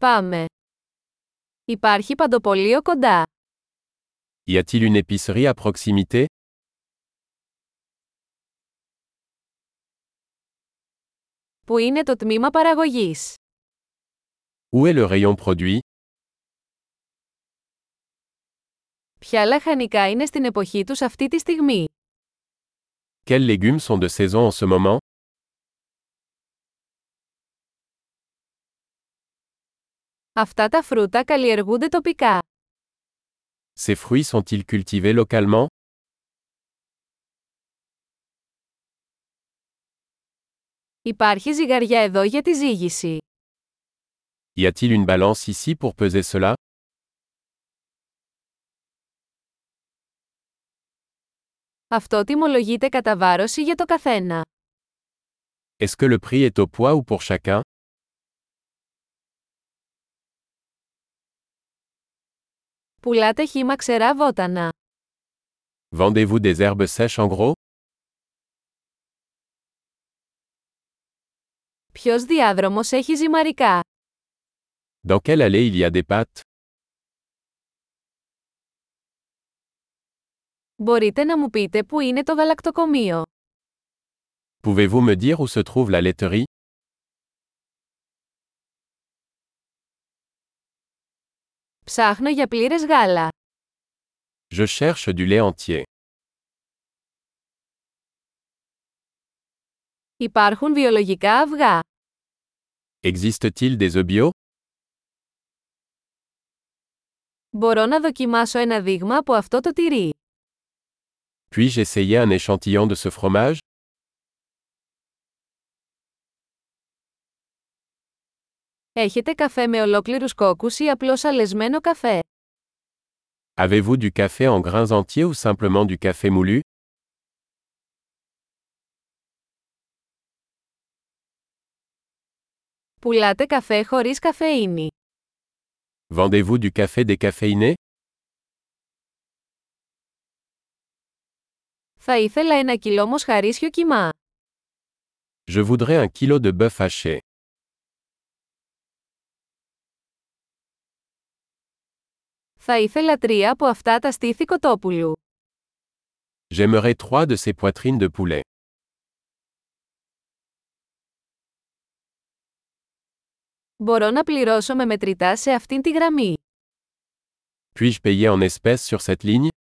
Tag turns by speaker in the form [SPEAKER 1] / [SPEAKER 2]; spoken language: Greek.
[SPEAKER 1] Πάμε. Υπάρχει παντοπολείο κοντά.
[SPEAKER 2] Y a-t-il une épicerie à proximité
[SPEAKER 1] Πού είναι το τμήμα παραγωγής.
[SPEAKER 2] Où est le rayon produit
[SPEAKER 1] Ποια λαχανικά είναι στην εποχή τους αυτή τη στιγμή.
[SPEAKER 2] Quels légumes sont de saison en ce moment
[SPEAKER 1] Αυτά τα φρούτα καλλιεργούνται τοπικά.
[SPEAKER 2] Ces fruits sont-ils cultivés localement
[SPEAKER 1] Υπάρχει ζυγαριά εδώ για τη ζύγηση.
[SPEAKER 2] Y a-t-il une balance ici pour peser cela
[SPEAKER 1] Αυτό τιμολογείται κατά βάρωση για το καθένα.
[SPEAKER 2] Est-ce que le prix est au poids ou pour chacun
[SPEAKER 1] Πουλάτε χήμα ξερά βότανα.
[SPEAKER 2] Vendez-vous des herbes sèches en gros
[SPEAKER 1] Ποιος διάδρομος έχει ζυμαρικά.
[SPEAKER 2] Dans quelle allée il y a des pâtes
[SPEAKER 1] Μπορείτε να μου πείτε πού είναι το γαλακτοκομείο.
[SPEAKER 2] Pouvez-vous me dire où se trouve la laiterie
[SPEAKER 1] Ψάχνω για πλήρες γάλα.
[SPEAKER 2] Je cherche du lait entier.
[SPEAKER 1] Υπάρχουν βιολογικά αυγά.
[SPEAKER 2] Existe-t-il des œufs bio
[SPEAKER 1] Μπορώ να δοκιμάσω ένα δείγμα από αυτό το τυρί.
[SPEAKER 2] Puis-je essayer un échantillon de ce fromage
[SPEAKER 1] Έχετε καφέ με ολόκληρους κόκκους ή απλώς αλεσμένο καφέ.
[SPEAKER 2] Avez-vous du café en grains entiers ou simplement du café moulu
[SPEAKER 1] Πουλάτε καφέ χωρίς καφεΐνη.
[SPEAKER 2] Vendez-vous du café décaféiné
[SPEAKER 1] Θα ήθελα ένα κιλό μοσχαρίσιο κιμά.
[SPEAKER 2] Je voudrais un kilo de bœuf haché.
[SPEAKER 1] Θα ήθελα τρία από αυτά τα στήθη κοτόπουλου.
[SPEAKER 2] J'aimerais trois de ces poitrines de poulet.
[SPEAKER 1] Μπορώ να πληρώσω με μετρητά σε αυτήν τη γραμμή.
[SPEAKER 2] Puis-je payer en espèces sur cette ligne